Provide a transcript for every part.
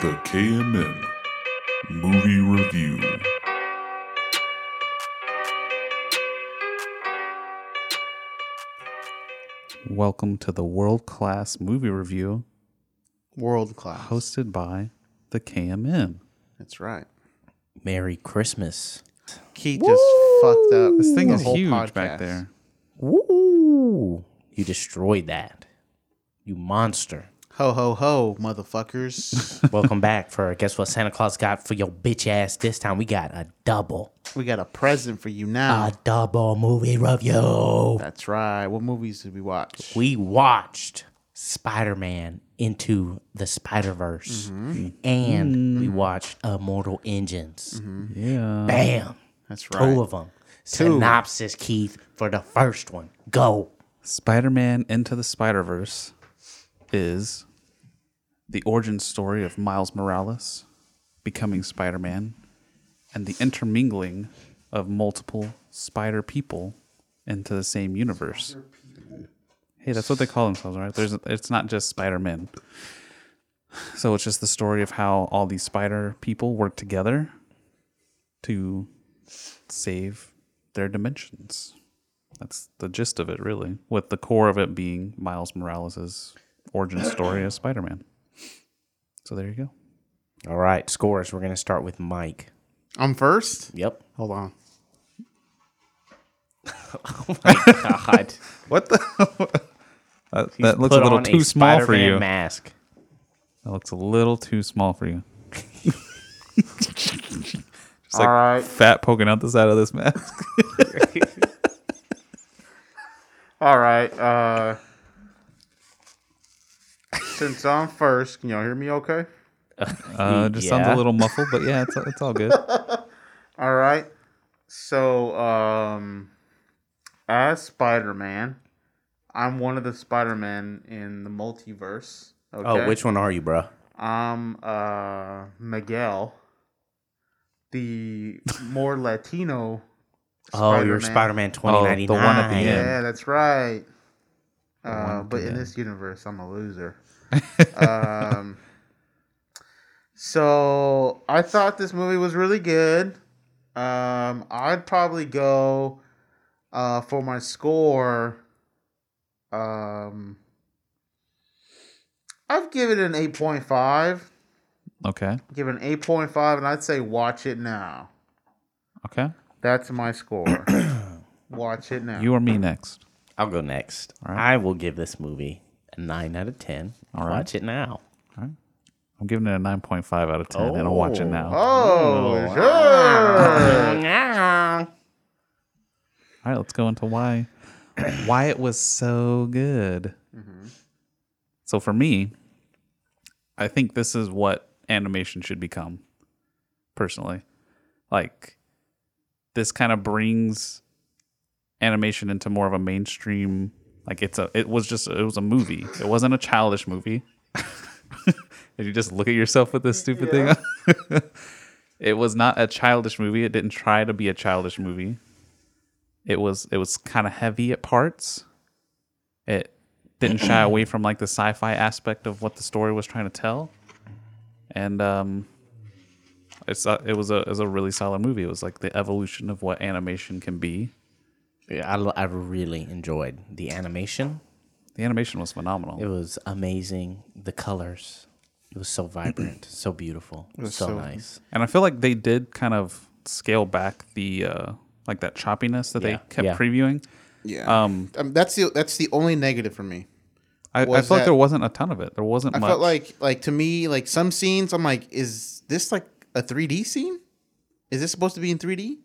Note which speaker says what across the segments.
Speaker 1: The KMM Movie Review.
Speaker 2: Welcome to the world class movie review
Speaker 3: World class.
Speaker 2: hosted by the KMM.
Speaker 3: That's right.
Speaker 4: Merry Christmas.
Speaker 3: Keith just fucked up.
Speaker 2: This thing
Speaker 3: the
Speaker 2: is
Speaker 3: whole
Speaker 2: huge
Speaker 3: podcast.
Speaker 2: back there.
Speaker 4: Woo! You destroyed that. You monster.
Speaker 3: Ho ho ho, motherfuckers.
Speaker 4: Welcome back for guess what Santa Claus got for your bitch ass this time. We got a double.
Speaker 3: we got a present for you
Speaker 2: Ah,
Speaker 3: now.
Speaker 4: A double movie review.
Speaker 3: That's right. What movies did we watch?
Speaker 4: We watched Spider-Man into the Spider-Verse. And we watched Immortal Engines.
Speaker 2: Yeah.
Speaker 4: Bam.
Speaker 3: That's
Speaker 4: Two
Speaker 3: right.
Speaker 4: of them. Synopsis, Keith, for the first one. Go.
Speaker 2: Spider Man Into the Spider Verse is the origin story of Miles Morales becoming Spider Man and the intermingling of multiple spider people into the same universe. Hey, that's what they call themselves, right? There's, it's not just Spider Man. So it's just the story of how all these spider people work together to save their dimensions. That's the gist of it, really, with the core of it being Miles Morales' origin story as Spider Man. So there you go.
Speaker 4: All right, scores. We're going to start with Mike.
Speaker 3: I'm first?
Speaker 4: Yep.
Speaker 3: Hold on.
Speaker 4: God.
Speaker 2: What the? that Uh, that looks
Speaker 4: Put
Speaker 2: a little
Speaker 4: on
Speaker 2: too small for
Speaker 4: Spider-Man
Speaker 2: you.
Speaker 4: Mask.
Speaker 2: That looks a little too small for you. Just
Speaker 4: All right.
Speaker 2: fat poking out the side of this mask.
Speaker 3: All right. Uh since I'm first, can y'all hear me okay?
Speaker 2: Uh, just sounds a
Speaker 4: Yeah.
Speaker 2: little muffled, but yeah, it's, it's all good.
Speaker 3: All right. So, um, as Spider Man, I'm one of the Spider Men in the multiverse. Okay?
Speaker 4: Oh, which one are you, bro?
Speaker 3: I'm uh, Miguel, the more Latino.
Speaker 4: Oh, you're Spider-Man 2099.
Speaker 2: Oh, the one at the
Speaker 3: Yeah,
Speaker 2: end.
Speaker 3: that's right. Uh, but in this universe, I'm a loser. um, so I thought this movie was really good. Um, I'd probably go uh, for my score. Um, I've given it an eight point five.
Speaker 2: Okay.
Speaker 3: Give it an eight point five, and I'd say watch it now.
Speaker 2: Okay.
Speaker 3: That's my score. watch it now.
Speaker 2: You or me next.
Speaker 4: I'll go next. I will give this movie a 9 out of 10. Watch it now.
Speaker 2: I'm giving it a 9.5 out of 10, and I'll watch it now.
Speaker 3: oh, sure.
Speaker 4: Nah.
Speaker 2: All right, let's go into why why it was so good. So for me, I think this is what animation should become. Personally, like this kind of brings animation into more of a mainstream. Like it's a it was just it was a movie. It wasn't a childish movie. Did you just look at yourself with this stupid thing? it was not a childish movie. It didn't try to be a childish movie it was it was kind of heavy at parts. It didn't shy away from like the sci-fi aspect of what the story was trying to tell, and um, it's uh, it was a it was a really solid movie. It was like the evolution of what animation can be.
Speaker 4: Yeah, I, lo- I really enjoyed the animation.
Speaker 2: The animation was phenomenal.
Speaker 4: It was amazing. The colors. It was so vibrant, so beautiful, so, nice.
Speaker 2: And I feel like they did kind of scale back the uh, like that choppiness that
Speaker 4: Yeah,
Speaker 2: they kept
Speaker 4: yeah.
Speaker 2: previewing.
Speaker 3: Yeah. Um, that's the that's the only negative for me.
Speaker 2: I, I feel
Speaker 3: Was
Speaker 2: like
Speaker 3: that-
Speaker 2: there wasn't a ton of it. There wasn't
Speaker 3: I
Speaker 2: much.
Speaker 3: felt like like to me like some scenes I'm like is this like a 3D scene? Is this supposed to be in 3D?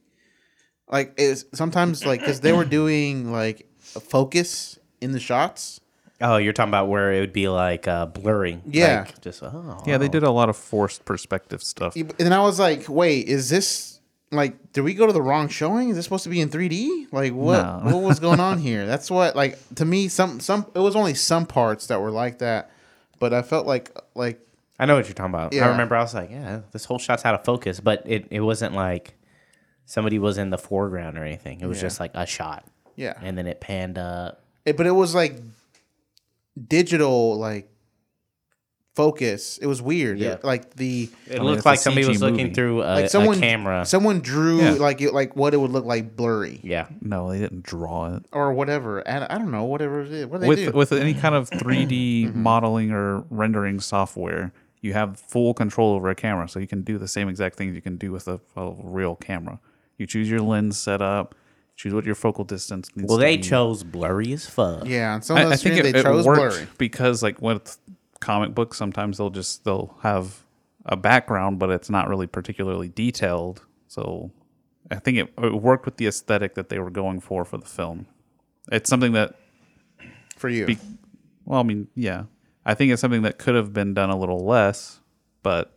Speaker 3: Like is sometimes like cuz they were doing like a focus in the shots.
Speaker 4: Oh, you're talking about where it would be like uh, blurry.
Speaker 3: Yeah.
Speaker 4: Like, just, oh.
Speaker 3: uh,
Speaker 2: yeah, they did a lot of forced perspective stuff.
Speaker 3: And then I was like, "Wait, is this like did we go to the wrong showing? Is this supposed to be in 3D? Like what
Speaker 2: No.
Speaker 3: what was going on here?" That's what like to me some some it was only some parts that were like that, but I felt like like
Speaker 4: I know what you're talking about.
Speaker 3: Yeah.
Speaker 4: I remember I was like, yeah, this whole shot's out of focus, but it, it wasn't like somebody was in the foreground or anything. It was just like a shot.
Speaker 3: yeah.
Speaker 4: And then it panned up.
Speaker 3: It- but it was like digital like focus. It was weird.
Speaker 4: Yeah.
Speaker 3: It- like the
Speaker 4: It
Speaker 2: mean, it's
Speaker 4: looked
Speaker 2: a
Speaker 4: like somebody
Speaker 2: CG
Speaker 4: was
Speaker 2: movie.
Speaker 4: looking through a,
Speaker 3: like someone
Speaker 4: a camera.
Speaker 3: someone drew
Speaker 2: Yeah.
Speaker 3: like it, like what it would look like blurry
Speaker 4: yeah.
Speaker 2: No, they didn't draw it.
Speaker 3: or whatever. And I don't know whatever it is. What do they
Speaker 2: with
Speaker 3: do? Mm-hmm.
Speaker 2: with any kind of 3D modeling or rendering software, you have full control over a camera, so you can do the same exact things you can do with a, a real camera. You choose your lens setup, choose what your focal distance. Needs
Speaker 4: Well,
Speaker 2: to
Speaker 4: they
Speaker 2: be.
Speaker 4: chose blurry as fuck.
Speaker 3: yeah, and some of
Speaker 2: I, I
Speaker 3: those
Speaker 2: think
Speaker 3: screens,
Speaker 2: it,
Speaker 3: Oh, they
Speaker 2: it
Speaker 3: chose
Speaker 2: worked
Speaker 3: blurry.
Speaker 2: because, like with comic books, sometimes they'll just they'll have a background, but it's not really particularly detailed. So I think it, it worked with the aesthetic that they were going for for the film. It's something that
Speaker 3: for you.
Speaker 2: be- well, I mean, yeah, I think it's something that could have been done a little less, but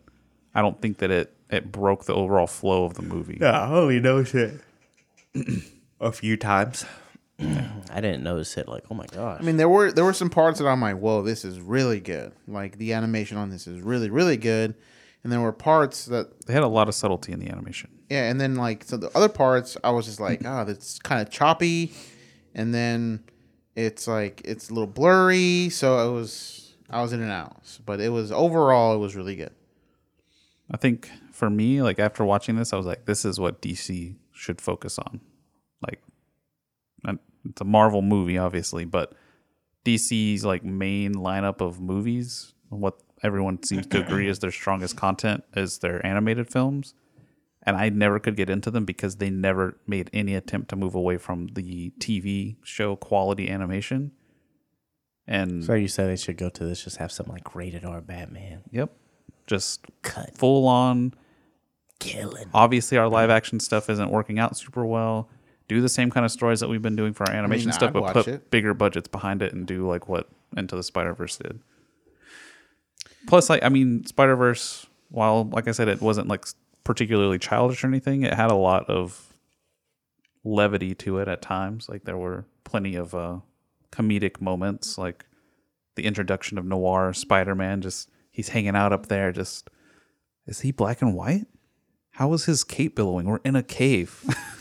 Speaker 2: I don't think that it it broke the overall flow of the movie.
Speaker 4: Yeah, holy no shit. a few times. I didn't notice it. Like, oh my gosh.
Speaker 3: I mean, there were there were some parts that I'm like, whoa, this is really good. Like the animation on this is really really good. And there were parts that
Speaker 2: They had a lot of subtlety in the animation.
Speaker 3: yeah, and then like so the other parts I was just like, ah, that's kind of choppy, and then it's like it's a little blurry. So it was I was in and out, but it was overall it was really good.
Speaker 2: I think for me, like after watching this, I was like, this is what DC should focus on. Like, and it's a Marvel movie, obviously, but DC's like main lineup of movies, what everyone seems to agree is their strongest content is their animated films. And I never could get into them because they never made any attempt to move away from the TV show quality animation. And
Speaker 4: so you said they should go to this, just have something like rated R Batman.
Speaker 2: yep, just
Speaker 4: Cut.
Speaker 2: full on
Speaker 4: Killing.
Speaker 2: obviously our live action stuff isn't working out super well. Do the same kind of stories that we've been doing for our animation
Speaker 3: mean,
Speaker 2: stuff,
Speaker 3: I'd
Speaker 2: but
Speaker 3: watch
Speaker 2: put
Speaker 3: it.
Speaker 2: bigger budgets behind it and do like what Into the Spider Verse did. Plus, like I mean, Spider Verse, while like I said, it wasn't like particularly childish or anything. It had a lot of levity to it at times. Like there were plenty of uh, comedic moments, like the introduction of Noir Spider Man. Just he's hanging out up there. Just is he black and white? How is his cape billowing? We're in a cave.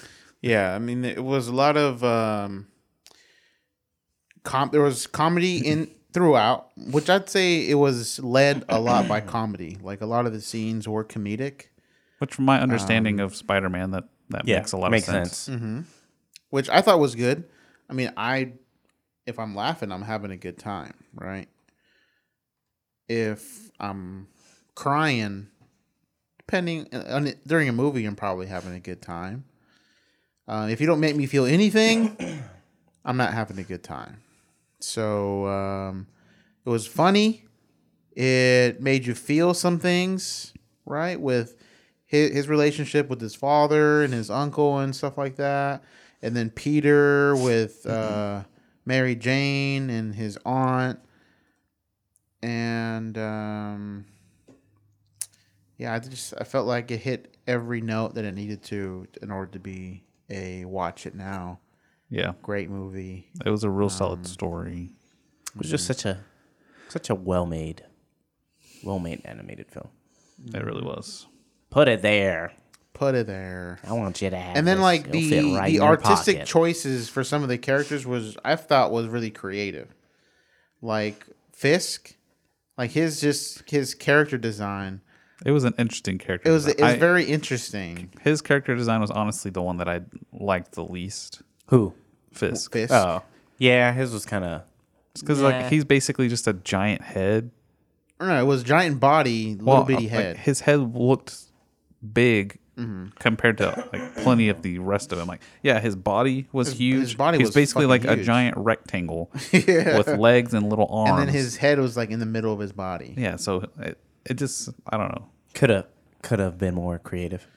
Speaker 3: Yeah, I mean, it was a lot of um, com- there was comedy in throughout, which I'd say it was led a lot by comedy. Like a lot of the scenes were comedic,
Speaker 2: Which, from my understanding
Speaker 3: Um,
Speaker 2: of Spider Man, that that
Speaker 4: Yeah,
Speaker 2: makes a lot
Speaker 4: makes
Speaker 2: of sense.
Speaker 4: sense.
Speaker 3: which I thought was good. I mean, I if I'm laughing, I'm having a good time, right? If I'm crying, depending uh, on it, during a movie, I'm probably having a good time. Uh, if you don't make me feel anything, I'm not having a good time. So um, it was funny. It made you feel some things, right? With his, his relationship with his father and his uncle and stuff like that. And then Peter with uh, Mary Jane and his aunt. And um, yeah, I just I felt like it hit every note that it needed to in order to be a watch it now
Speaker 2: Yeah,
Speaker 3: great movie.
Speaker 2: it was a real
Speaker 3: Um,
Speaker 2: solid story.
Speaker 3: Mm-hmm.
Speaker 4: It was just such a such a well made, well made animated film.
Speaker 2: It really
Speaker 3: mm.
Speaker 2: was.
Speaker 4: Put it there.
Speaker 3: Put it there.
Speaker 4: I want you to have.
Speaker 3: And then
Speaker 4: this.
Speaker 3: like
Speaker 4: It'll
Speaker 3: the
Speaker 4: fit right in
Speaker 3: the
Speaker 4: your
Speaker 3: artistic
Speaker 4: pocket.
Speaker 3: choices for some of the characters was I thought was really creative. Like Fisk, like his just his character design.
Speaker 2: It was an interesting character.
Speaker 3: It was it
Speaker 2: design.
Speaker 3: was
Speaker 2: I-
Speaker 3: very interesting.
Speaker 2: his character design was honestly the one that I liked the least.
Speaker 4: Who?
Speaker 2: Fisk,
Speaker 3: Fisk.
Speaker 4: Oh, yeah. His was kind of.
Speaker 2: because
Speaker 4: Yeah.
Speaker 2: like he's basically just a giant head,
Speaker 3: Or no, it was giant body, little
Speaker 2: Well, uh,
Speaker 3: bitty
Speaker 2: like,
Speaker 3: head. Mm-hmm.
Speaker 2: his head looked big compared to like plenty of the rest of him. Like, yeah, his body was huge.
Speaker 3: his body
Speaker 2: He's
Speaker 3: was
Speaker 2: basically like
Speaker 3: fucking
Speaker 2: a
Speaker 3: huge.
Speaker 2: giant rectangle with legs and little arms.
Speaker 3: and then his head was like in the middle of his body.
Speaker 2: yeah, so it, it just I don't know.
Speaker 4: Could have could have been more creative.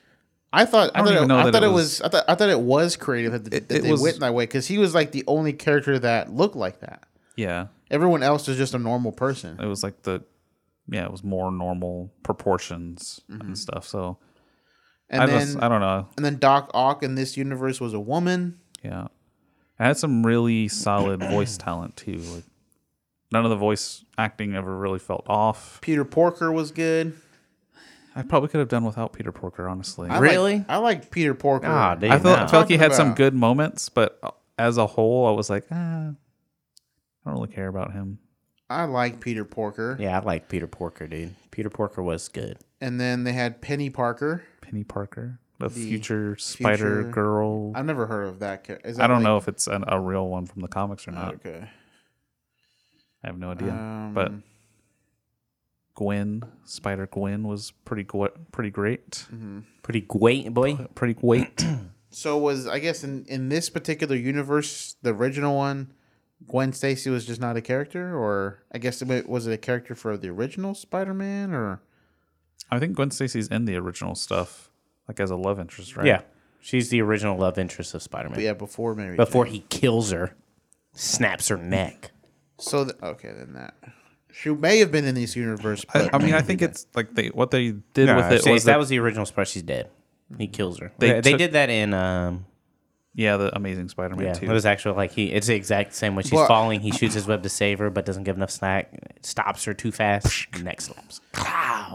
Speaker 3: I thought I,
Speaker 2: don't
Speaker 3: thought,
Speaker 2: even
Speaker 3: it,
Speaker 2: know
Speaker 3: I
Speaker 2: that
Speaker 3: thought
Speaker 2: it
Speaker 3: it
Speaker 2: was-
Speaker 3: was, I thought I thought it was creative that, that
Speaker 2: it
Speaker 3: they
Speaker 2: was-
Speaker 3: went that way because he was like the only character that looked like that.
Speaker 2: Yeah,
Speaker 3: Everyone else is just a normal person.
Speaker 2: it was like the yeah, it was more normal proportions and stuff. So
Speaker 3: Mm-hmm. And
Speaker 2: I
Speaker 3: then
Speaker 2: just I don't know.
Speaker 3: and then Doc Ock in this universe was a woman.
Speaker 2: Yeah. I had some really solid voice talent too. Like none of the voice acting ever really felt off.
Speaker 3: Peter Porker was good.
Speaker 2: I probably could have done without Peter Porker, honestly.
Speaker 3: I
Speaker 4: Really?
Speaker 3: like, I like Peter Porker.
Speaker 4: Ah, dude.
Speaker 2: I felt,
Speaker 4: no.
Speaker 2: I felt like he had some
Speaker 3: about?
Speaker 2: good uh, moments, but as a whole, I was like, ah, I don't really care about him.
Speaker 3: I like Peter Porker.
Speaker 4: Yeah, I like Peter Porker, dude. Peter Porker was good.
Speaker 3: And then they had Penny Parker.
Speaker 2: Penny Parker, the,
Speaker 3: The
Speaker 2: future Spider
Speaker 3: future-
Speaker 2: Girl.
Speaker 3: I've never heard of that character.
Speaker 2: I don't know if it's an, a real one from the comics or not.
Speaker 3: Okay.
Speaker 2: I have no idea. but
Speaker 3: Um,
Speaker 2: Gwen, Spider Gwen, was pretty gw- pretty great.
Speaker 4: Pretty great, boy.
Speaker 2: Pretty great.
Speaker 3: So was I guess in in this particular universe, the original one, Gwen Stacy was just not a character, or I guess it wa- was it a character for the original Spider-Man, or
Speaker 2: I think Gwen Stacy's in the original stuff, like as a love interest, right?
Speaker 4: Yeah, she's the original love interest of Spider Man.
Speaker 3: yeah, before maybe
Speaker 4: Before he kills her, snaps her neck.
Speaker 3: So th- okay, then that she may have been in this universe,
Speaker 2: I,
Speaker 3: but
Speaker 2: I mean, I think it's like they what they did
Speaker 5: No,
Speaker 2: with it
Speaker 4: Say-
Speaker 2: was
Speaker 4: that
Speaker 2: that
Speaker 4: was the original Spider. She's dead. He kills her.
Speaker 2: They
Speaker 4: They, they
Speaker 2: took-
Speaker 4: did that in um
Speaker 2: yeah, the Amazing Spider-Man
Speaker 4: yeah.
Speaker 2: too.
Speaker 4: It was actually like he. It's the exact same way. She's
Speaker 3: Well-
Speaker 4: falling. He shoots his web to save her, but doesn't give enough slack. Stops her too fast. neck slaps.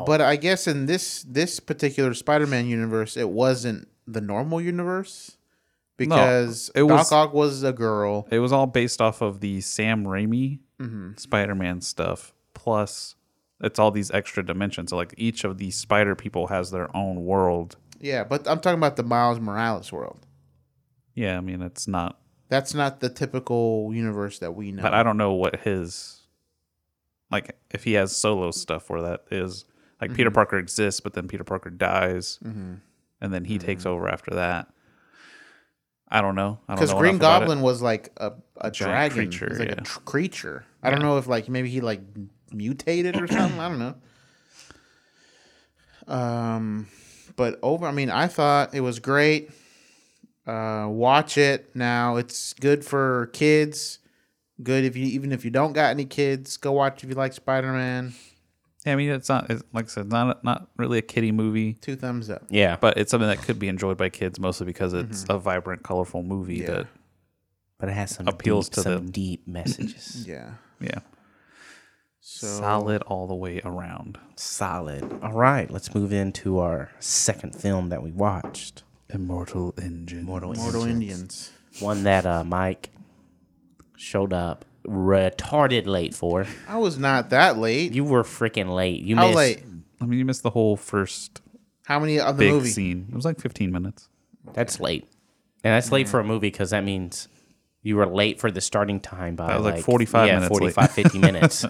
Speaker 3: but I guess in this this particular Spider-Man universe, it wasn't the normal universe because
Speaker 2: it
Speaker 3: Doc
Speaker 2: was-
Speaker 3: Ock was a girl.
Speaker 2: it was all based off of the Sam Raimi Mm-hmm. Spider-Man stuff. Plus, it's all these extra dimensions. So like each of these spider people has their own world.
Speaker 3: Yeah, but I'm talking about the Miles Morales world.
Speaker 2: Yeah, I mean it's not,
Speaker 3: That's not the typical universe that we know.
Speaker 2: but I don't know what his like if he has solo stuff where that is. Like
Speaker 3: Mm-hmm.
Speaker 2: Peter Parker exists, but then Peter Parker dies, and then he
Speaker 3: Mm-hmm.
Speaker 2: takes over after that. I don't know. I don't
Speaker 3: because
Speaker 2: know
Speaker 3: Green
Speaker 2: enough about it.
Speaker 3: Goblin was like a, a
Speaker 2: giant
Speaker 3: dragon,
Speaker 2: creature,
Speaker 3: creature, was like
Speaker 2: yeah.
Speaker 3: a tr- creature. I don't know if like maybe he like mutated or something. I don't know. Um, but over, I mean, I thought it was great. Uh, watch it now. It's good for kids. Good if you even if you don't got any kids, go watch if you like Spider Man.
Speaker 2: Yeah, I mean, it's not it's, like I said, not not really a kiddie movie,
Speaker 3: Two thumbs up.
Speaker 4: Yeah, but,
Speaker 2: but it's something that could be enjoyed by kids mostly because it's a vibrant, colorful movie
Speaker 3: Mm-hmm. Yeah.
Speaker 2: that
Speaker 4: but it has some
Speaker 2: Appeals
Speaker 4: deep,
Speaker 2: to
Speaker 4: some
Speaker 2: them.
Speaker 4: deep messages.
Speaker 3: Yeah.
Speaker 2: yeah,
Speaker 3: So
Speaker 2: solid all the way around.
Speaker 4: Solid. All right, let's move into our second film that we watched.
Speaker 2: Immortal Engine. Immortal
Speaker 3: Mortal Indians.
Speaker 4: One that uh, Mike showed up retarded late for.
Speaker 3: I was not that late.
Speaker 4: You were freaking late. You
Speaker 3: How
Speaker 4: missed.
Speaker 3: late?
Speaker 2: I mean, you missed the whole first
Speaker 3: How many of the
Speaker 2: big
Speaker 3: movie?
Speaker 2: scene. It was like 15 minutes.
Speaker 4: That's late, and that's late for a movie because that means you were late for the starting time by
Speaker 2: That was like 45
Speaker 4: yeah,
Speaker 2: minutes late.
Speaker 4: 45, 50 minutes.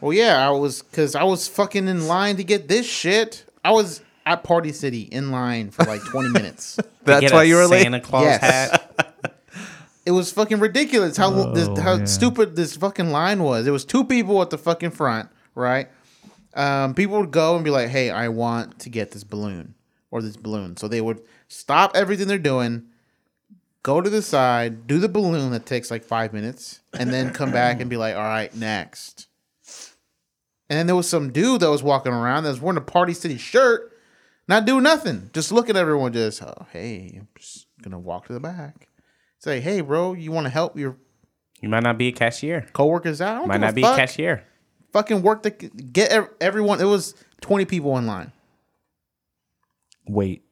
Speaker 3: Well, yeah, I was because I was fucking in line to get this shit. I was at Party City in line for like 20 minutes.
Speaker 4: Get
Speaker 2: That's
Speaker 4: a
Speaker 2: why you were late.
Speaker 4: Santa Claus
Speaker 3: Yes.
Speaker 4: hat.
Speaker 3: It was fucking ridiculous how this, how
Speaker 2: yeah.
Speaker 3: stupid this fucking line was. It was two people at the fucking front, right? Um, people would go and be like, "Hey, I want to get this balloon or this balloon." So they would stop everything they're doing, go to the side, do the balloon that takes like five minutes, and then come back and be like, "All right, next." And then there was some dude that was walking around that was wearing a Party City shirt, not doing nothing, just looking at everyone, just, oh, hey, I'm just gonna walk to the back. Say, hey, bro, you wanna help your
Speaker 4: You might not be a cashier.
Speaker 3: coworkers out? I don't
Speaker 4: Might
Speaker 3: give a
Speaker 4: not be
Speaker 3: fuck.
Speaker 4: a cashier.
Speaker 3: Fucking work to get ev- everyone. It was 20 people in line.
Speaker 2: Wait.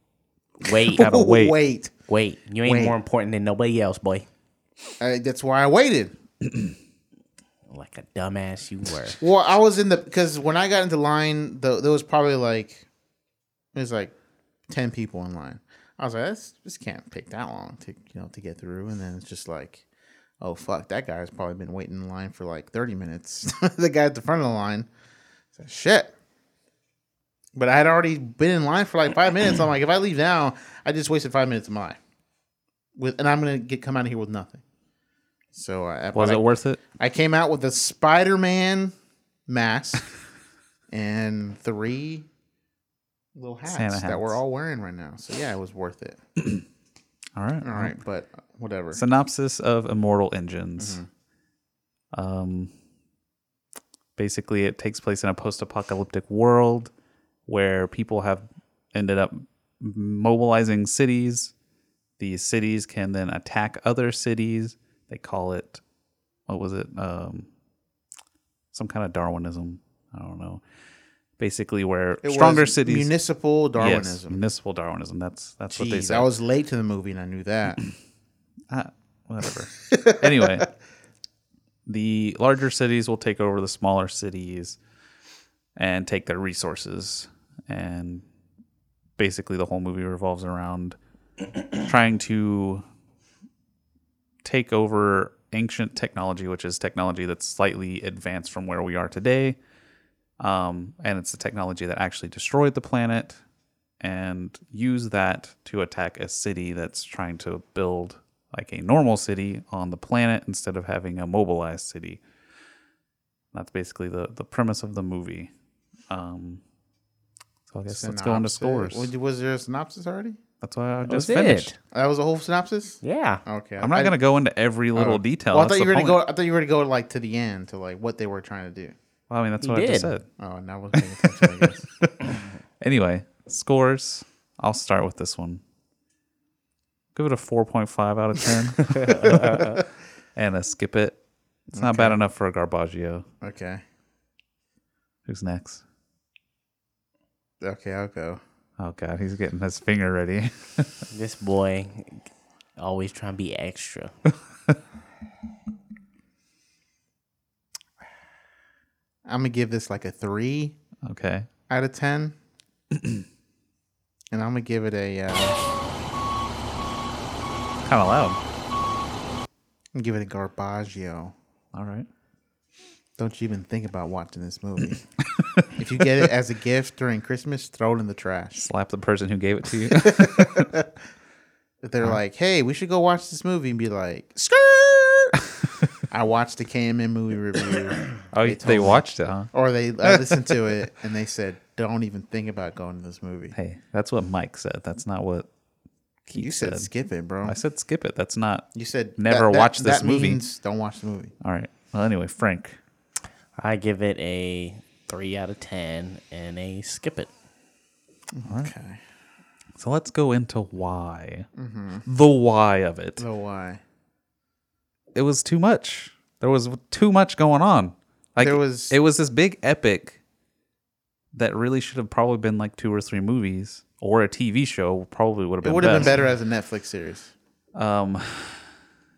Speaker 4: Wait,
Speaker 2: wait.
Speaker 3: Wait.
Speaker 4: wait. You ain't
Speaker 3: Wait.
Speaker 4: more important than nobody else, boy.
Speaker 3: I, that's why I waited.
Speaker 4: Like a dumbass you were.
Speaker 3: Well, I was in the, because when I got into line, the, there was probably like, it was like 10 people in line. I was like, this, this can't take that long to, you know, to get through. And then it's just like, oh, fuck, that guy's probably been waiting in line for like 30 minutes. the guy at the front of the line. It's like, shit. But I had already been in line for like five minutes. I'm like, if I leave now, I just wasted five minutes of my life. With, and I'm going to get come out of here with nothing. So I,
Speaker 2: Was
Speaker 3: I,
Speaker 2: it worth it?
Speaker 3: I came out with a Spider Man mask and three little hats,
Speaker 2: Santa hats.
Speaker 3: that we're all wearing right now. So yeah, it was worth it.
Speaker 2: All right.
Speaker 3: All right, but whatever.
Speaker 2: Synopsis of Immortal Engines.
Speaker 3: Mm-hmm.
Speaker 2: Um, basically, it takes place in a post-apocalyptic world where people have ended up mobilizing cities. These cities can then attack other cities. They call it what was it? Um, some kind of Darwinism. I don't know. Basically, where
Speaker 3: It
Speaker 2: stronger
Speaker 3: was
Speaker 2: cities.
Speaker 3: municipal
Speaker 2: Yes,
Speaker 3: Darwinism.
Speaker 2: municipal Darwinism. That's that's what they
Speaker 3: Jeez,
Speaker 2: say.
Speaker 3: I was late to the movie and I knew that.
Speaker 2: Ah, whatever. anyway, the larger cities will take over the smaller cities and take their resources. And basically, the whole movie revolves around trying to take over ancient technology, which is technology that's slightly advanced from where we are today. Um, and it's the technology that actually destroyed the planet and use that to attack a city that's trying to build like a normal city on the planet instead of having a mobilized city. That's basically the, the premise of the movie. Um, so I guess let's go on to
Speaker 3: Synopsis.
Speaker 2: scores.
Speaker 3: Was- Was there a synopsis already?
Speaker 2: That's why I
Speaker 4: was
Speaker 2: just finished.
Speaker 4: it.
Speaker 3: That was a whole synopsis.
Speaker 4: Yeah.
Speaker 3: Okay,
Speaker 2: I'm not
Speaker 3: I-
Speaker 2: going to go into every little detail.
Speaker 3: Oh. Well, I
Speaker 2: That's
Speaker 3: thought you
Speaker 2: the
Speaker 3: were gonna go.
Speaker 2: point.
Speaker 3: I thought you were gonna go like to the end to like what they were trying to do.
Speaker 2: Well, I mean, that's
Speaker 4: You
Speaker 2: what I just
Speaker 4: did.
Speaker 2: said.
Speaker 3: Oh, and I wasn't paying attention. I guess.
Speaker 2: Anyway, scores. I'll start with this one. Give it a 4.5 out of 10. and a skip it. It's not bad enough for a Garbaggio.
Speaker 3: Okay,
Speaker 2: Who's next?
Speaker 3: okay, I'll go.
Speaker 2: Oh, God. He's getting his finger ready.
Speaker 4: This boy always trying to be extra.
Speaker 3: I'm gonna give this like a three
Speaker 2: okay.
Speaker 3: out of ten, and I'm gonna give it a. Uh,
Speaker 2: Kind of loud.
Speaker 3: I'm gonna give it a Garbaggio.
Speaker 2: All right.
Speaker 3: Don't you even think about watching this movie. if you get it as a gift during Christmas, throw it in the trash.
Speaker 2: Slap the person who gave it to you.
Speaker 3: If they're
Speaker 2: Uh-huh.
Speaker 3: like, "Hey, we should go watch this movie," and be like, "Skirt." I watched the KMN movie review.
Speaker 2: oh, they,
Speaker 3: told me.
Speaker 2: watched it, huh?
Speaker 3: or they I listened to it and they said, "Don't even think about going to this movie."
Speaker 2: Hey, that's what Mike said. That's not what Keith
Speaker 3: you said, skip it, bro.
Speaker 2: I said skip it. That's not.
Speaker 3: you said
Speaker 2: never watch this
Speaker 3: that
Speaker 2: movie.
Speaker 3: Means don't watch the movie.
Speaker 2: All right. Well, anyway, Frank.
Speaker 4: I give it a three out of ten and a skip it.
Speaker 3: Okay.
Speaker 2: So let's go into why.
Speaker 3: Mm-hmm.
Speaker 2: The why of it.
Speaker 3: So why?
Speaker 2: It was too much. There was too much going on. Like
Speaker 3: There was-
Speaker 2: it was this big epic that really should have probably been like two or three movies or a TV show probably would have
Speaker 3: It
Speaker 2: been
Speaker 3: would have been
Speaker 2: best.
Speaker 3: better as a Netflix series.
Speaker 2: Um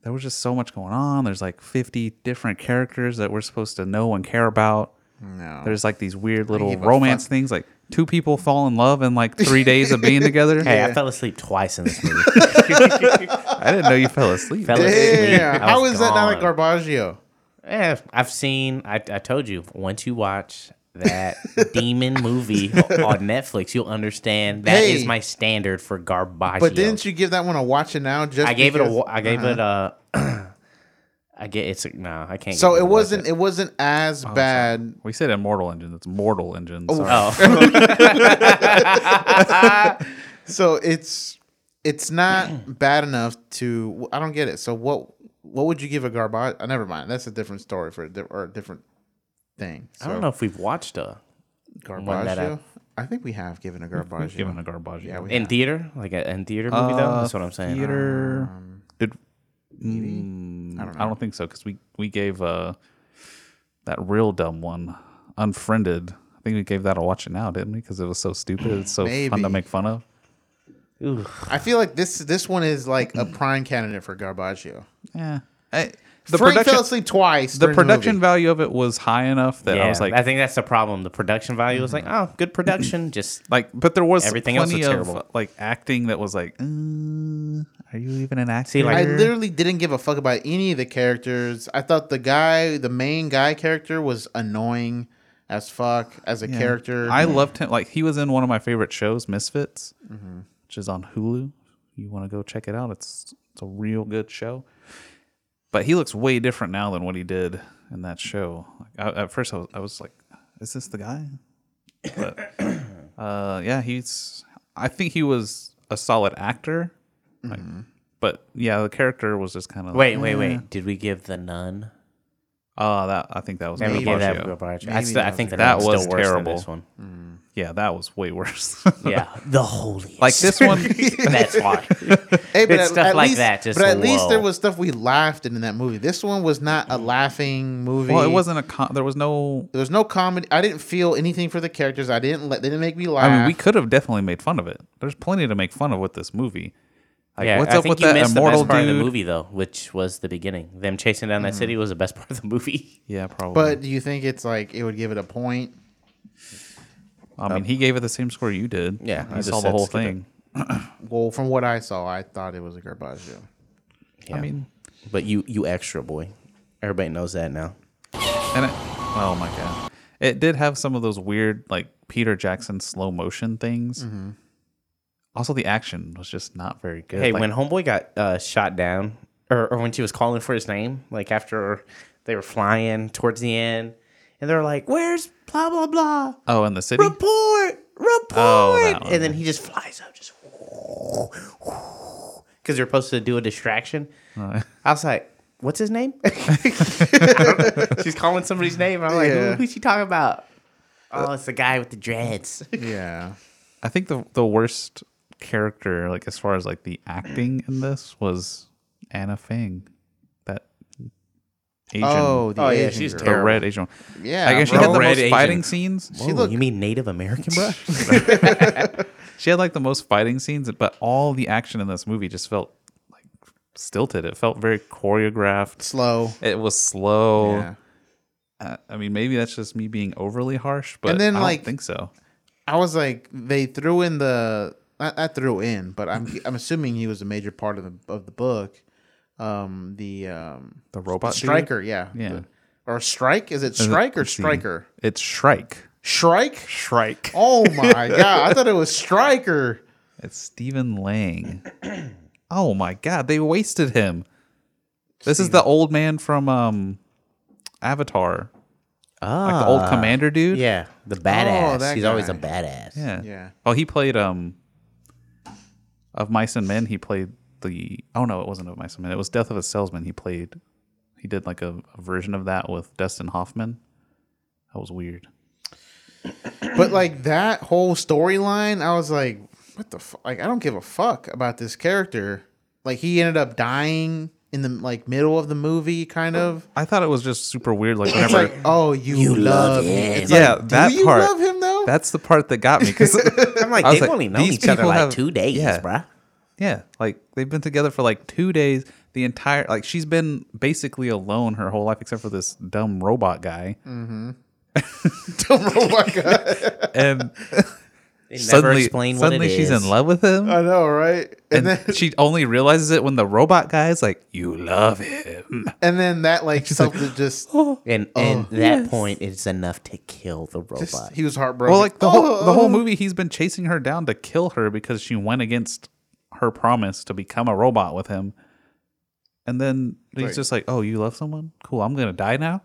Speaker 2: there was just so much going on. There's like 50 different characters that we're supposed to know and care about.
Speaker 3: No.
Speaker 2: There's like these weird little
Speaker 3: give a
Speaker 2: romance
Speaker 3: fuck.
Speaker 2: things like two people fall in love in like 3 days of being together.
Speaker 4: Hey,
Speaker 3: Yeah.
Speaker 4: I fell asleep twice in this movie.
Speaker 2: I didn't know you fell asleep.
Speaker 4: Fell asleep.
Speaker 3: yeah.
Speaker 4: I
Speaker 3: How
Speaker 4: was
Speaker 3: is that not a
Speaker 4: gone.
Speaker 3: Garbaggio?
Speaker 4: Eh, I've seen. I, I told you once you watch that demon movie on Netflix, you'll understand that is
Speaker 3: Hey.
Speaker 4: my standard for garbage.
Speaker 3: But didn't you give that one a watch it now? Just
Speaker 4: I gave it a.
Speaker 3: because-
Speaker 4: wa- I gave it a. I get it's a- no. I can't.
Speaker 3: So
Speaker 4: give
Speaker 3: it
Speaker 4: a Oh,
Speaker 3: wasn't. It wasn't as bad.
Speaker 2: We said immortal engines. It's mortal engines. sorry.
Speaker 4: watch. Oh,
Speaker 3: So it's it's not bad enough to. I don't get it. So what what would you give a Garbaggio? Oh, never mind. That's a different story for a di- or a different thing.
Speaker 4: I don't know if we've watched a one that I-
Speaker 3: Garbaggio. I think we have given a Garbaggio.
Speaker 2: Given a garbage.
Speaker 3: yeah, we
Speaker 4: in theater, like a in theater movie though. That's what I'm saying.
Speaker 2: Theater.
Speaker 4: Um,
Speaker 2: Did
Speaker 3: I
Speaker 2: I
Speaker 3: don't
Speaker 2: don't. I don't think so because we we gave uh that real dumb one, unfriended. I think we gave that a watch it now, didn't we? Because it was so stupid. It's so fun
Speaker 3: Maybe.
Speaker 2: to make fun of.
Speaker 4: Ooh,
Speaker 3: I feel like this this one is like a prime candidate for Garbaggio.
Speaker 2: Yeah. I, the
Speaker 3: Frank
Speaker 2: production.
Speaker 3: fell asleep twice.
Speaker 2: the
Speaker 3: during movie.
Speaker 2: production value of it was high enough that
Speaker 4: yeah,
Speaker 2: I was like,
Speaker 4: think that's the problem. The production value was like, oh, good production. Just
Speaker 2: like, but there was
Speaker 4: Everything else
Speaker 2: plenty
Speaker 4: was
Speaker 2: of
Speaker 4: terrible.
Speaker 2: like acting that was like, "Uh, are you even an actor?
Speaker 4: See, like-
Speaker 3: I
Speaker 4: Here.
Speaker 3: literally didn't give a fuck about any of the characters. I thought the guy, the main guy character, was annoying as fuck as a
Speaker 2: Yeah.
Speaker 3: character.
Speaker 2: I loved him. Like he was in one of my favorite shows, Misfits, which is on Hulu. You want to go check it out? It's it's a real good show. But he looks way different now than what he did in that show. Like, I, at first, I was, I was like, "Is this the guy?" But uh, yeah, he's. I think he was a solid actor. Like, But yeah, the character was just kind of
Speaker 4: wait, wait, wait. Did we give the nun?
Speaker 2: oh, that I think that was
Speaker 4: Maybe we gave that
Speaker 2: Garbaggio.
Speaker 4: garbage. I,
Speaker 3: Maybe
Speaker 4: st-
Speaker 3: that
Speaker 4: I
Speaker 3: was
Speaker 4: think
Speaker 2: a-
Speaker 4: that,
Speaker 2: That
Speaker 4: that was
Speaker 2: was
Speaker 4: still worse
Speaker 2: terrible.
Speaker 4: Than this one.
Speaker 2: Yeah, that was way worse.
Speaker 4: Yeah, the holiest.
Speaker 2: like this one,
Speaker 4: That's why.
Speaker 3: Hey,
Speaker 4: It's stuff like
Speaker 3: least,
Speaker 4: that, just
Speaker 3: but at least there
Speaker 4: whoa.
Speaker 3: was stuff we laughed in in that movie. This one was not a laughing movie.
Speaker 2: well, it wasn't a. Con- there was no
Speaker 3: There was no comedy. I didn't feel anything for the characters. I didn't let. They didn't make me laugh.
Speaker 2: I mean, we could have definitely made fun of it. There's plenty to make fun of with this movie, Like,
Speaker 4: yeah,
Speaker 2: what's
Speaker 4: I
Speaker 2: up
Speaker 4: think
Speaker 2: with
Speaker 4: you
Speaker 2: that
Speaker 4: missed
Speaker 2: immortal
Speaker 4: the best part of
Speaker 2: dude?
Speaker 4: the movie though, which was the beginning. Them chasing down that city was the best part of the movie.
Speaker 2: Yeah, probably.
Speaker 3: But do you think it's like it would give it a point?
Speaker 2: I mean, he gave it the same score you did.
Speaker 4: Yeah, I
Speaker 2: I
Speaker 4: just
Speaker 2: saw the
Speaker 4: said
Speaker 2: whole
Speaker 4: skip it.
Speaker 2: thing.
Speaker 3: Well, from what I saw, I thought it was a Garbaggio.
Speaker 4: Yeah.
Speaker 2: I mean,
Speaker 4: but you you extra boy. Everybody knows that now.
Speaker 2: and it, oh my god, it did have some of those weird like Peter Jackson slow motion things.
Speaker 4: Mm-hmm.
Speaker 2: Also, the action was just not very good.
Speaker 4: Hey,
Speaker 2: Like,
Speaker 4: when Homeboy got uh, shot down, or, or when she was calling for his name, like after they were flying towards the end, and they were like, "Where's blah blah blah?
Speaker 2: oh, in the city.
Speaker 4: Report, report!"
Speaker 2: Oh, that one.
Speaker 4: and then he just flies up, just because they're supposed to do a distraction. I was like, "What's his name?" I don't- She's calling somebody's name. I'm like,
Speaker 3: Yeah.
Speaker 4: "Who- "Who's she talking about?" Oh, it's the guy with the dreads.
Speaker 3: Yeah.
Speaker 2: I think the the worst character, like as far as like the acting in this, was Anna Fang, that Asian,
Speaker 3: Oh, the
Speaker 4: Oh, yeah,
Speaker 3: Asian
Speaker 4: she's
Speaker 2: the
Speaker 3: girl.
Speaker 4: terrible.
Speaker 2: red Asian.
Speaker 3: Yeah,
Speaker 2: I guess she
Speaker 3: bro.
Speaker 2: had the
Speaker 4: Red
Speaker 2: most
Speaker 4: Asian.
Speaker 2: fighting scenes.
Speaker 4: Whoa, you mean Native American, bro?
Speaker 2: She had like the most fighting scenes, but all the action in this movie just felt like stilted. It felt very choreographed.
Speaker 3: slow.
Speaker 2: It was slow.
Speaker 3: Yeah.
Speaker 2: Uh, I mean, maybe that's just me being overly harsh, but
Speaker 3: And then,
Speaker 2: I
Speaker 3: like-
Speaker 2: don't think so.
Speaker 3: I was like, they threw in the not, not threw in, but I'm I'm assuming he was a major part of the of the book. Um, the um
Speaker 2: The robot dude?
Speaker 3: striker, yeah,
Speaker 2: Yeah.
Speaker 3: The- or strike? Is it strike or
Speaker 2: let's see.
Speaker 3: striker?
Speaker 2: It's Shrike.
Speaker 3: Shrike?
Speaker 2: Shrike.
Speaker 3: Oh my god! I thought it was striker.
Speaker 2: It's Stephen Lang. oh my god, they wasted him. This is the old man from um Avatar. Like the
Speaker 3: Ah,
Speaker 2: old commander dude.
Speaker 4: Oh,
Speaker 2: Oh,
Speaker 4: Yeah, the badass.
Speaker 3: that
Speaker 4: He's always a
Speaker 3: guy.
Speaker 4: badass.
Speaker 2: Yeah.
Speaker 3: Yeah.
Speaker 2: Oh, he played um of Mice and Men. He played the oh no, it wasn't of Mice and Men. It was Death of a Salesman. He played. He did like a, a version of that with Dustin Hoffman. That was weird.
Speaker 3: But like that whole storyline, I was like, what the fuck? Like, I don't give a fuck about this character. Like, he ended up dying in the like middle of the movie, kind of.
Speaker 2: I thought it was just super weird. Like
Speaker 3: It's
Speaker 2: whenever.
Speaker 3: like, oh, you, love, him. It's like,
Speaker 2: yeah, that
Speaker 3: do you
Speaker 2: part.
Speaker 3: love him though?
Speaker 2: That's the part that got me because
Speaker 4: I'm like,
Speaker 2: I was
Speaker 4: they've
Speaker 2: like,
Speaker 4: only known
Speaker 2: these
Speaker 4: each other
Speaker 2: people
Speaker 4: like
Speaker 2: have-
Speaker 4: two days,
Speaker 2: yeah.
Speaker 4: bruh.
Speaker 2: Yeah, like they've been together for like two days. The entire like she's been basically alone her whole life except for this dumb robot guy.
Speaker 3: Mm-hmm. oh my god!
Speaker 2: And
Speaker 4: They never
Speaker 2: suddenly,
Speaker 4: explain what
Speaker 2: suddenly
Speaker 4: it is.
Speaker 2: she's in love with him,
Speaker 3: I know, right? And,
Speaker 2: and
Speaker 3: then,
Speaker 2: she only realizes it when the robot guy is like, "You love him."
Speaker 3: and then that like something just,
Speaker 4: and and
Speaker 2: Oh.
Speaker 4: that point it's enough to kill the robot.
Speaker 3: just- he was heartbroken.
Speaker 2: Well, like the whole the
Speaker 3: Oh.
Speaker 2: whole movie, he's been chasing her down to kill her because she went against her promise to become a robot with him. And then he's
Speaker 3: Right.
Speaker 2: just like, "Oh, you love someone? Cool. I'm gonna die now."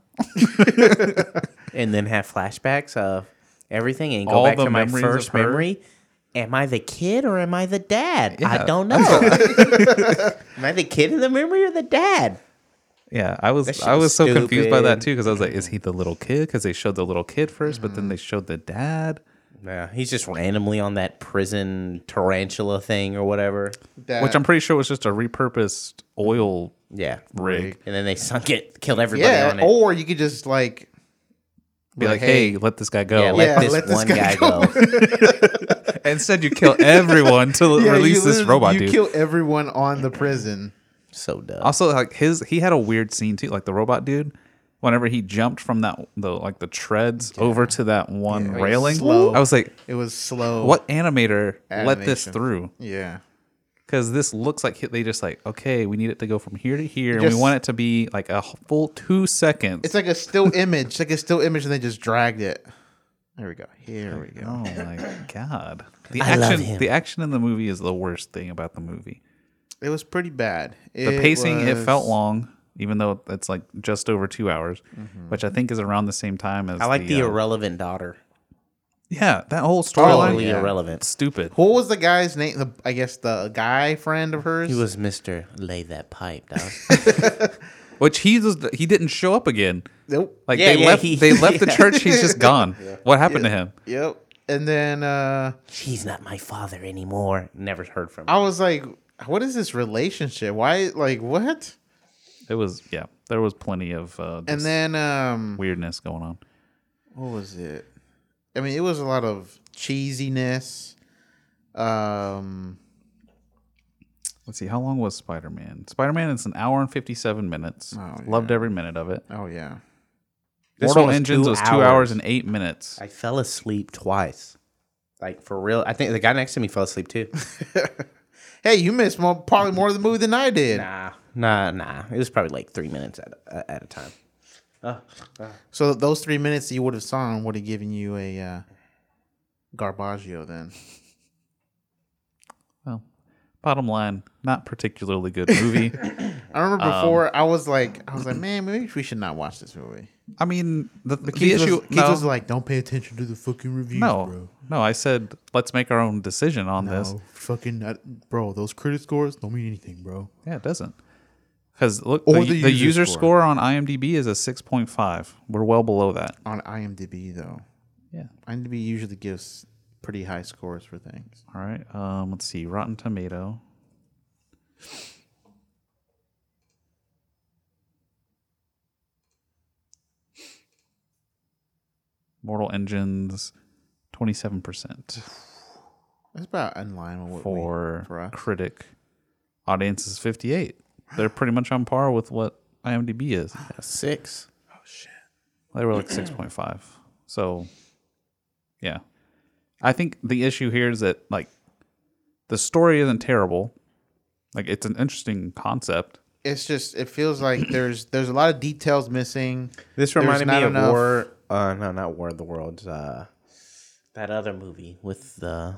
Speaker 4: and then have flashbacks of everything and go
Speaker 2: All
Speaker 4: back
Speaker 2: the
Speaker 4: to my
Speaker 2: memories of
Speaker 4: first
Speaker 2: her.
Speaker 4: memory. Am I the kid or am I the dad? I
Speaker 2: Yeah.
Speaker 4: don't know. am I the kid in the memory or the dad?
Speaker 2: Yeah, I was
Speaker 4: shit
Speaker 2: I
Speaker 4: was
Speaker 2: was so confused by that
Speaker 4: stupid.
Speaker 2: too because I was like, is he the little kid? Because they showed the little kid 1st but then they showed the dad.
Speaker 4: Yeah, he's just randomly on that prison tarantula thing or whatever.
Speaker 3: That-
Speaker 2: Which I'm pretty sure was just a repurposed oil
Speaker 4: Yeah.
Speaker 2: rig.
Speaker 4: And then they sunk it, killed everybody on
Speaker 3: yeah.
Speaker 4: it.
Speaker 3: Or you could just like
Speaker 2: Be like, hey, let this guy go.
Speaker 4: yeah, let
Speaker 3: Yeah,
Speaker 4: this
Speaker 3: let this
Speaker 4: one
Speaker 3: guy
Speaker 4: guy go.
Speaker 2: Instead, you kill everyone to
Speaker 3: Yeah,
Speaker 2: release
Speaker 3: you
Speaker 2: this
Speaker 3: literally-
Speaker 2: robot
Speaker 3: You
Speaker 2: dude.
Speaker 3: kill everyone on the prison.
Speaker 4: so dumb.
Speaker 2: also, like his he had a weird scene too, like the robot dude. Whenever he jumped from that the like the treads over to that one
Speaker 3: like
Speaker 2: railing,
Speaker 3: slow.
Speaker 2: I was like,
Speaker 3: It was slow.
Speaker 2: what animator let this
Speaker 3: Animation.
Speaker 2: through?
Speaker 3: Yeah.
Speaker 2: because this looks like they just like okay we need it to go from here to here and
Speaker 3: Just-
Speaker 2: we want it to be like a full two seconds
Speaker 3: It's like a still image, It's like a still image, and they just dragged it. There we go. Here we go.
Speaker 2: oh my god the
Speaker 4: I
Speaker 2: action
Speaker 4: love him.
Speaker 2: the action in the movie is the worst thing about the movie
Speaker 3: It was pretty bad.
Speaker 2: the pacing it
Speaker 3: was-
Speaker 2: felt long even though it's like just over two hours
Speaker 3: Mm-hmm.
Speaker 2: which i think is around the same time as
Speaker 4: I like the
Speaker 2: uh,
Speaker 4: irrelevant daughter.
Speaker 2: yeah that whole storyline
Speaker 4: Totally
Speaker 3: yeah.
Speaker 4: irrelevant.
Speaker 2: stupid
Speaker 3: What was the guy's name? The I guess the guy friend of hers.
Speaker 4: He was Mister Lay That Pipe, dog.
Speaker 2: which he just he didn't show up again
Speaker 3: nope.
Speaker 2: like
Speaker 4: Yeah,
Speaker 2: they
Speaker 4: yeah,
Speaker 2: left
Speaker 4: he-
Speaker 2: they left the
Speaker 4: yeah.
Speaker 2: church he's just gone what happened to him
Speaker 3: Yep. And then uh
Speaker 4: She's not my father anymore. Never heard from.
Speaker 3: I
Speaker 4: Him.
Speaker 3: was like, "What is this relationship? Why? Like what?"
Speaker 2: it was yeah there was plenty of uh,
Speaker 3: And
Speaker 2: just
Speaker 3: then um,
Speaker 2: weirdness going on
Speaker 3: what was it? I mean, it was a lot of cheesiness. Um,
Speaker 2: Let's see, how long was Spider Man? Spider Man is an hour and 57 minutes.
Speaker 3: Oh,
Speaker 2: Loved every minute of it.
Speaker 3: Oh yeah.
Speaker 4: This
Speaker 2: Mortal
Speaker 4: one was
Speaker 2: Engines
Speaker 4: two
Speaker 2: was two
Speaker 4: hours.
Speaker 2: hours and eight minutes.
Speaker 4: I fell asleep twice. Like for real. I think the guy next to me fell asleep too.
Speaker 3: Hey, you missed more, probably more of the movie than I did.
Speaker 4: nah, nah, nah. It was probably like three minutes at a, at a time. Oh, uh.
Speaker 3: So those three minutes that you would have sung would have given you a uh, garbaggio then.
Speaker 2: Well, bottom line, not particularly good movie.
Speaker 3: I remember
Speaker 2: Um,
Speaker 3: before I was like, I was like, man, maybe we should not watch this movie.
Speaker 2: I mean, the, the
Speaker 3: Keith was-
Speaker 2: issue
Speaker 3: Keith
Speaker 2: no,
Speaker 3: was like, don't pay attention to the fucking reviews,
Speaker 2: no,
Speaker 3: bro.
Speaker 2: no. I said let's make our own decision on this.
Speaker 3: No, fucking, uh, bro, those critic scores don't mean anything, bro.
Speaker 2: Yeah, it doesn't. Because look,
Speaker 3: Or
Speaker 2: the,
Speaker 3: the
Speaker 2: the
Speaker 3: user
Speaker 2: user
Speaker 3: score.
Speaker 2: score on IMDb is a six point five. We're well below that.
Speaker 3: On IMDb though,
Speaker 2: Yeah.
Speaker 3: IMDb usually gives pretty high scores for things.
Speaker 2: All right. Um, let's see. Rotten Tomato. Mortal Engines, twenty seven percent
Speaker 3: That's about in line with what
Speaker 2: for,
Speaker 3: for us.
Speaker 2: critic. Audience is fifty eight. They're pretty much on par with what IMDb is.
Speaker 4: Six.
Speaker 2: They were like six point five. So, yeah, I think the issue here is that like the story isn't terrible. Like it's an interesting concept.
Speaker 3: we. It's just it feels like there's there's a lot of details missing.
Speaker 4: This
Speaker 3: There's
Speaker 4: reminded me
Speaker 3: not
Speaker 4: of
Speaker 3: enough-
Speaker 4: War. Uh, no, not War of the Worlds. Uh, that other movie with the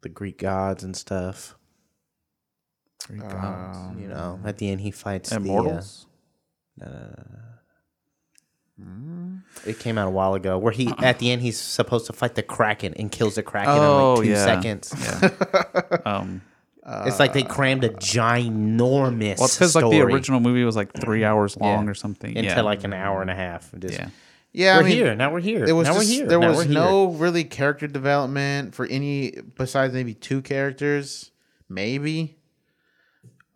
Speaker 4: the Greek gods and stuff.
Speaker 3: Um,
Speaker 4: You know, at the end he fights the, uh,
Speaker 2: Immortals.
Speaker 4: it came out a while ago where he
Speaker 2: Uh-uh.
Speaker 4: at the end he's supposed to fight the Kraken and kills the Kraken in
Speaker 2: Oh,
Speaker 4: like two
Speaker 2: yeah.
Speaker 4: seconds.
Speaker 2: um,
Speaker 4: it's like they crammed a ginormous
Speaker 2: well, it's because like
Speaker 4: story
Speaker 2: the original movie was like three hours long
Speaker 4: Yeah.
Speaker 2: or something.
Speaker 4: into
Speaker 2: yeah.
Speaker 4: like an hour and a half. Just,
Speaker 2: yeah.
Speaker 3: Yeah,
Speaker 4: we're
Speaker 3: I mean,
Speaker 4: here now. We're here.
Speaker 3: There was
Speaker 4: now
Speaker 3: just-
Speaker 4: we're here.
Speaker 3: there
Speaker 4: now
Speaker 3: was
Speaker 4: we're here.
Speaker 3: no really character development for any besides maybe two characters, maybe.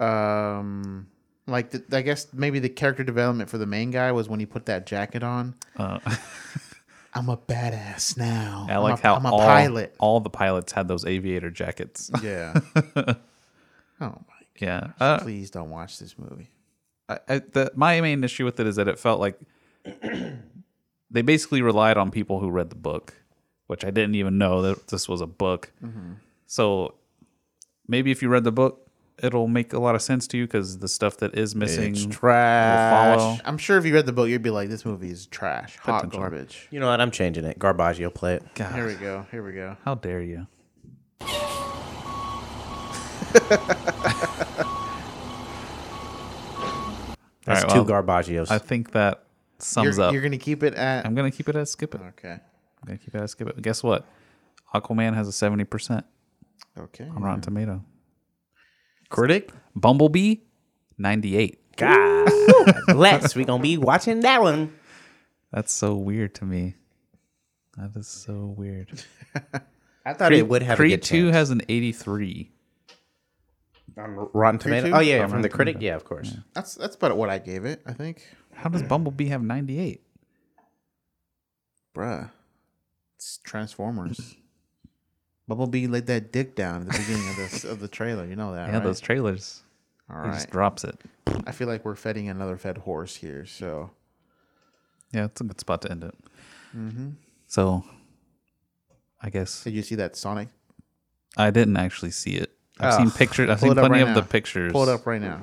Speaker 3: Um, like the, I guess maybe the character development for the main guy was when he put that jacket on.
Speaker 2: Uh,
Speaker 3: I'm a badass now.
Speaker 2: I like
Speaker 3: I'm a,
Speaker 2: how
Speaker 3: I'm a
Speaker 2: all,
Speaker 3: pilot.
Speaker 2: all the pilots had those aviator jackets.
Speaker 3: Yeah. oh my!
Speaker 2: yeah. Uh,
Speaker 3: Please don't watch this movie.
Speaker 2: I, I, the, my main issue with it is that it felt like they basically relied on people who read the book, which I didn't even know that this was a book.
Speaker 3: Mm-hmm.
Speaker 2: So maybe if you read the book, it'll make a lot of sense to you because the stuff that is missing will follow.
Speaker 3: I'm sure if you read the book, you'd be like, "This movie is trash, hot garbage."
Speaker 4: You know what? I'm changing it. Garbaggio, play it.
Speaker 3: Here we go. Here we go.
Speaker 2: How dare you?
Speaker 4: That's
Speaker 2: All right,
Speaker 4: two
Speaker 2: well,
Speaker 4: Garbaggios.
Speaker 2: I think that sums
Speaker 3: You're,
Speaker 2: up.
Speaker 3: you're gonna keep it at
Speaker 2: I'm gonna keep it as skip it. I'm
Speaker 3: okay.
Speaker 2: gonna keep it as skip it. But guess what? Aquaman has a seventy percent
Speaker 3: Okay.
Speaker 2: on Rotten Tomato.
Speaker 4: Critic?
Speaker 2: Bumblebee, ninety eight.
Speaker 4: God bless. We're going to be watching that one.
Speaker 2: That's so weird to me. That is so weird.
Speaker 4: I thought it would have
Speaker 2: Creed
Speaker 4: a good
Speaker 2: Two
Speaker 4: chance.
Speaker 2: has an eighty-three.
Speaker 4: on Rotten Tomato.
Speaker 3: two?
Speaker 4: Oh, yeah, from the critic? Yeah, of course.
Speaker 3: That's that's about what I gave it, I think.
Speaker 2: How does Bumblebee have ninety-eight?
Speaker 3: Bruh. It's Transformers. Bumblebee laid that dick down at the beginning of this of the trailer. You know that,
Speaker 2: Yeah,
Speaker 3: right?
Speaker 2: those trailers.
Speaker 3: All
Speaker 2: It just
Speaker 3: right.
Speaker 2: drops it.
Speaker 3: I feel like we're feeding another fed horse here. So
Speaker 2: Yeah, it's a good spot to end it.
Speaker 3: Mm-hmm.
Speaker 2: So, I guess
Speaker 3: did you see that Sonic?
Speaker 2: I didn't actually see it. I've
Speaker 4: Ugh.
Speaker 2: seen pictures. I've
Speaker 3: Ah, Pull
Speaker 2: seen
Speaker 3: it up
Speaker 2: plenty
Speaker 3: right
Speaker 2: of the
Speaker 3: now.
Speaker 2: pictures.
Speaker 3: Pull it up right now.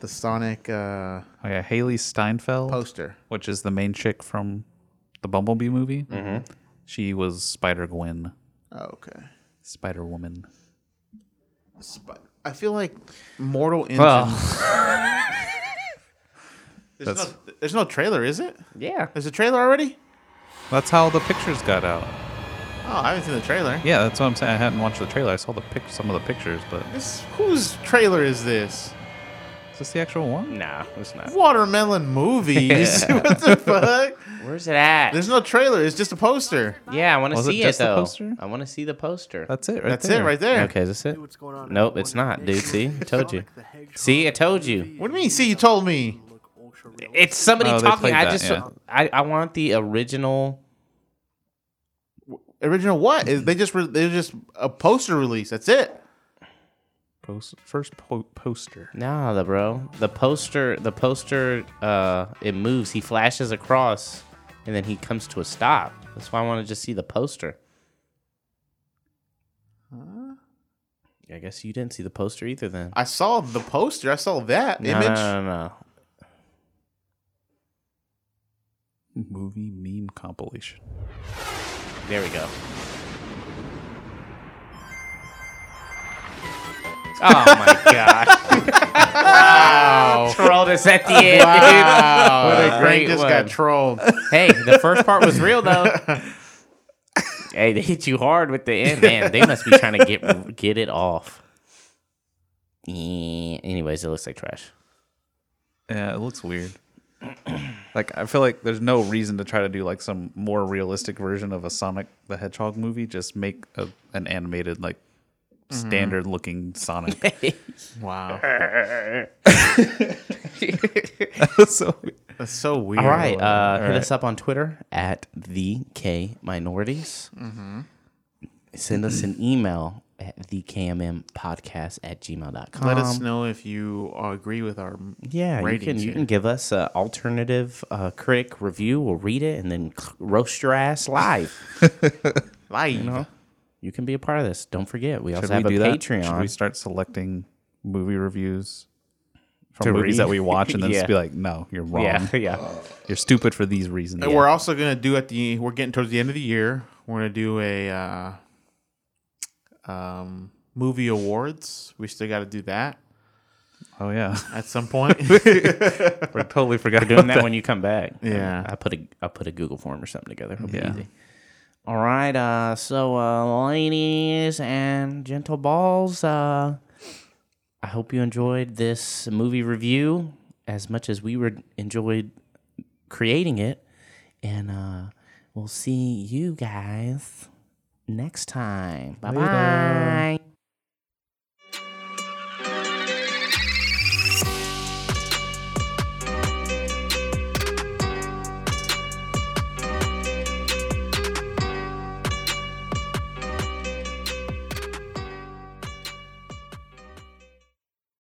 Speaker 3: The Sonic uh,
Speaker 2: Oh yeah, Haley Steinfeld,
Speaker 3: poster.
Speaker 2: which is the main chick from the Bumblebee movie. She was Spider Gwen,
Speaker 3: Oh, okay.
Speaker 2: Spider Woman.
Speaker 3: Sp- I feel like Mortal Engines. there's, no,
Speaker 2: that's-
Speaker 3: there's no trailer, is it?
Speaker 4: Yeah.
Speaker 3: There's a trailer already?
Speaker 2: That's how the pictures got out.
Speaker 3: Oh, I haven't seen the trailer.
Speaker 2: Yeah, that's what I'm saying. I hadn't watched the trailer. I saw the pic, some of the pictures, but
Speaker 3: This whose trailer is this?
Speaker 2: is this the actual one?
Speaker 4: Nah, it's not.
Speaker 3: watermelon movies. what the fuck?
Speaker 4: Where's it at?
Speaker 3: There's no trailer. It's just a poster.
Speaker 4: yeah, I want to
Speaker 2: Was it
Speaker 4: see it,
Speaker 2: just the
Speaker 4: though.
Speaker 2: poster?
Speaker 4: I want to see the poster.
Speaker 2: That's it. Right
Speaker 3: That's
Speaker 2: there.
Speaker 3: it right there.
Speaker 4: Okay, is this it?
Speaker 5: what's going on.
Speaker 4: Nope, it's not, dude. See? Told you. See, I told you.
Speaker 3: What do you mean? See, you told me.
Speaker 4: It's somebody
Speaker 2: Oh, they
Speaker 4: talking.
Speaker 2: played
Speaker 4: I
Speaker 2: that,
Speaker 4: just,
Speaker 2: yeah.
Speaker 4: I, I want the original.
Speaker 3: Original what? Is they just re- they're just a poster release. That's it.
Speaker 2: Post first po- poster.
Speaker 4: Nah, the bro. The poster, the poster, uh, it moves. He flashes across, and then he comes to a stop. That's why I want to just see the poster. I guess you didn't see the poster either, then.
Speaker 3: I saw the poster. I saw that
Speaker 4: No,
Speaker 3: image.
Speaker 4: No, no, no.
Speaker 2: Movie meme compilation.
Speaker 4: There we go. Oh my god! wow, trolled us at the end, dude. What
Speaker 3: Frank
Speaker 4: a great
Speaker 3: just
Speaker 4: one.
Speaker 3: got trolled.
Speaker 4: Hey, the first part was real though. hey, they hit you hard with the end, man. They must be trying to get get it off. Eh, Anyways, it looks like trash.
Speaker 2: Yeah, it looks weird. like I feel like there's no reason to try to do like some more realistic version of a Sonic the Hedgehog movie. Just make a, an animated like
Speaker 4: Mm-hmm.
Speaker 2: standard looking Sonic.
Speaker 3: wow,
Speaker 2: so weird.
Speaker 3: that's so weird.
Speaker 4: All right, uh, hit us up on Twitter at the K Minorities. Send us an email at the KMM podcast at gmail.com.
Speaker 3: Let us know if you agree with our
Speaker 4: Yeah, you
Speaker 3: ratings
Speaker 4: can, you
Speaker 3: here.
Speaker 4: can give us an alternative uh, critic review. We'll read it and then roast your ass live.
Speaker 3: live.
Speaker 4: you can be a part of this. Don't forget, we also
Speaker 2: Should
Speaker 4: have
Speaker 2: we do
Speaker 4: a
Speaker 2: that? Should we
Speaker 4: Patreon.
Speaker 2: start selecting movie reviews from
Speaker 4: To
Speaker 2: movies
Speaker 4: read?
Speaker 2: that we watch and then
Speaker 4: Yeah.
Speaker 2: just be like, no, you're wrong.
Speaker 4: Yeah, yeah.
Speaker 2: You're stupid for these reasons.
Speaker 3: And We're also gonna do at the we're getting towards the end of the year. We're gonna do a uh, um, movie awards. We still got to do that
Speaker 2: Oh yeah,
Speaker 3: at some point.
Speaker 2: I totally forgot
Speaker 4: Doing that when you come back.
Speaker 3: Yeah.
Speaker 4: I put a I put a Google form or something together. It'll be
Speaker 2: Yeah.
Speaker 4: easy. All right, uh, so uh, ladies and gentle balls, uh, I hope you enjoyed this movie review as much as we were enjoyed creating it, and uh, we'll see you guys next time. Bye bye.